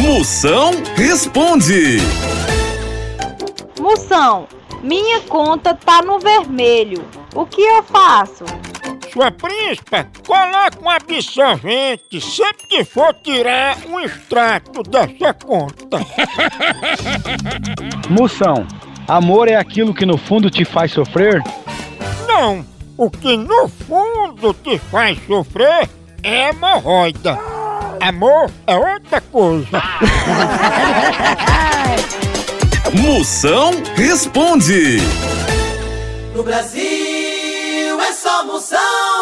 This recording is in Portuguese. Moção responde. Moção, minha conta tá no vermelho. O que eu faço? Sua príncipa, coloca um absorvente sempre que for tirar um extrato dessa conta. Moção, amor é aquilo que no fundo te faz sofrer? Não, o que no fundo te faz sofrer é hemorroida. Amor é outra coisa. Moção responde. No Brasil é só moção.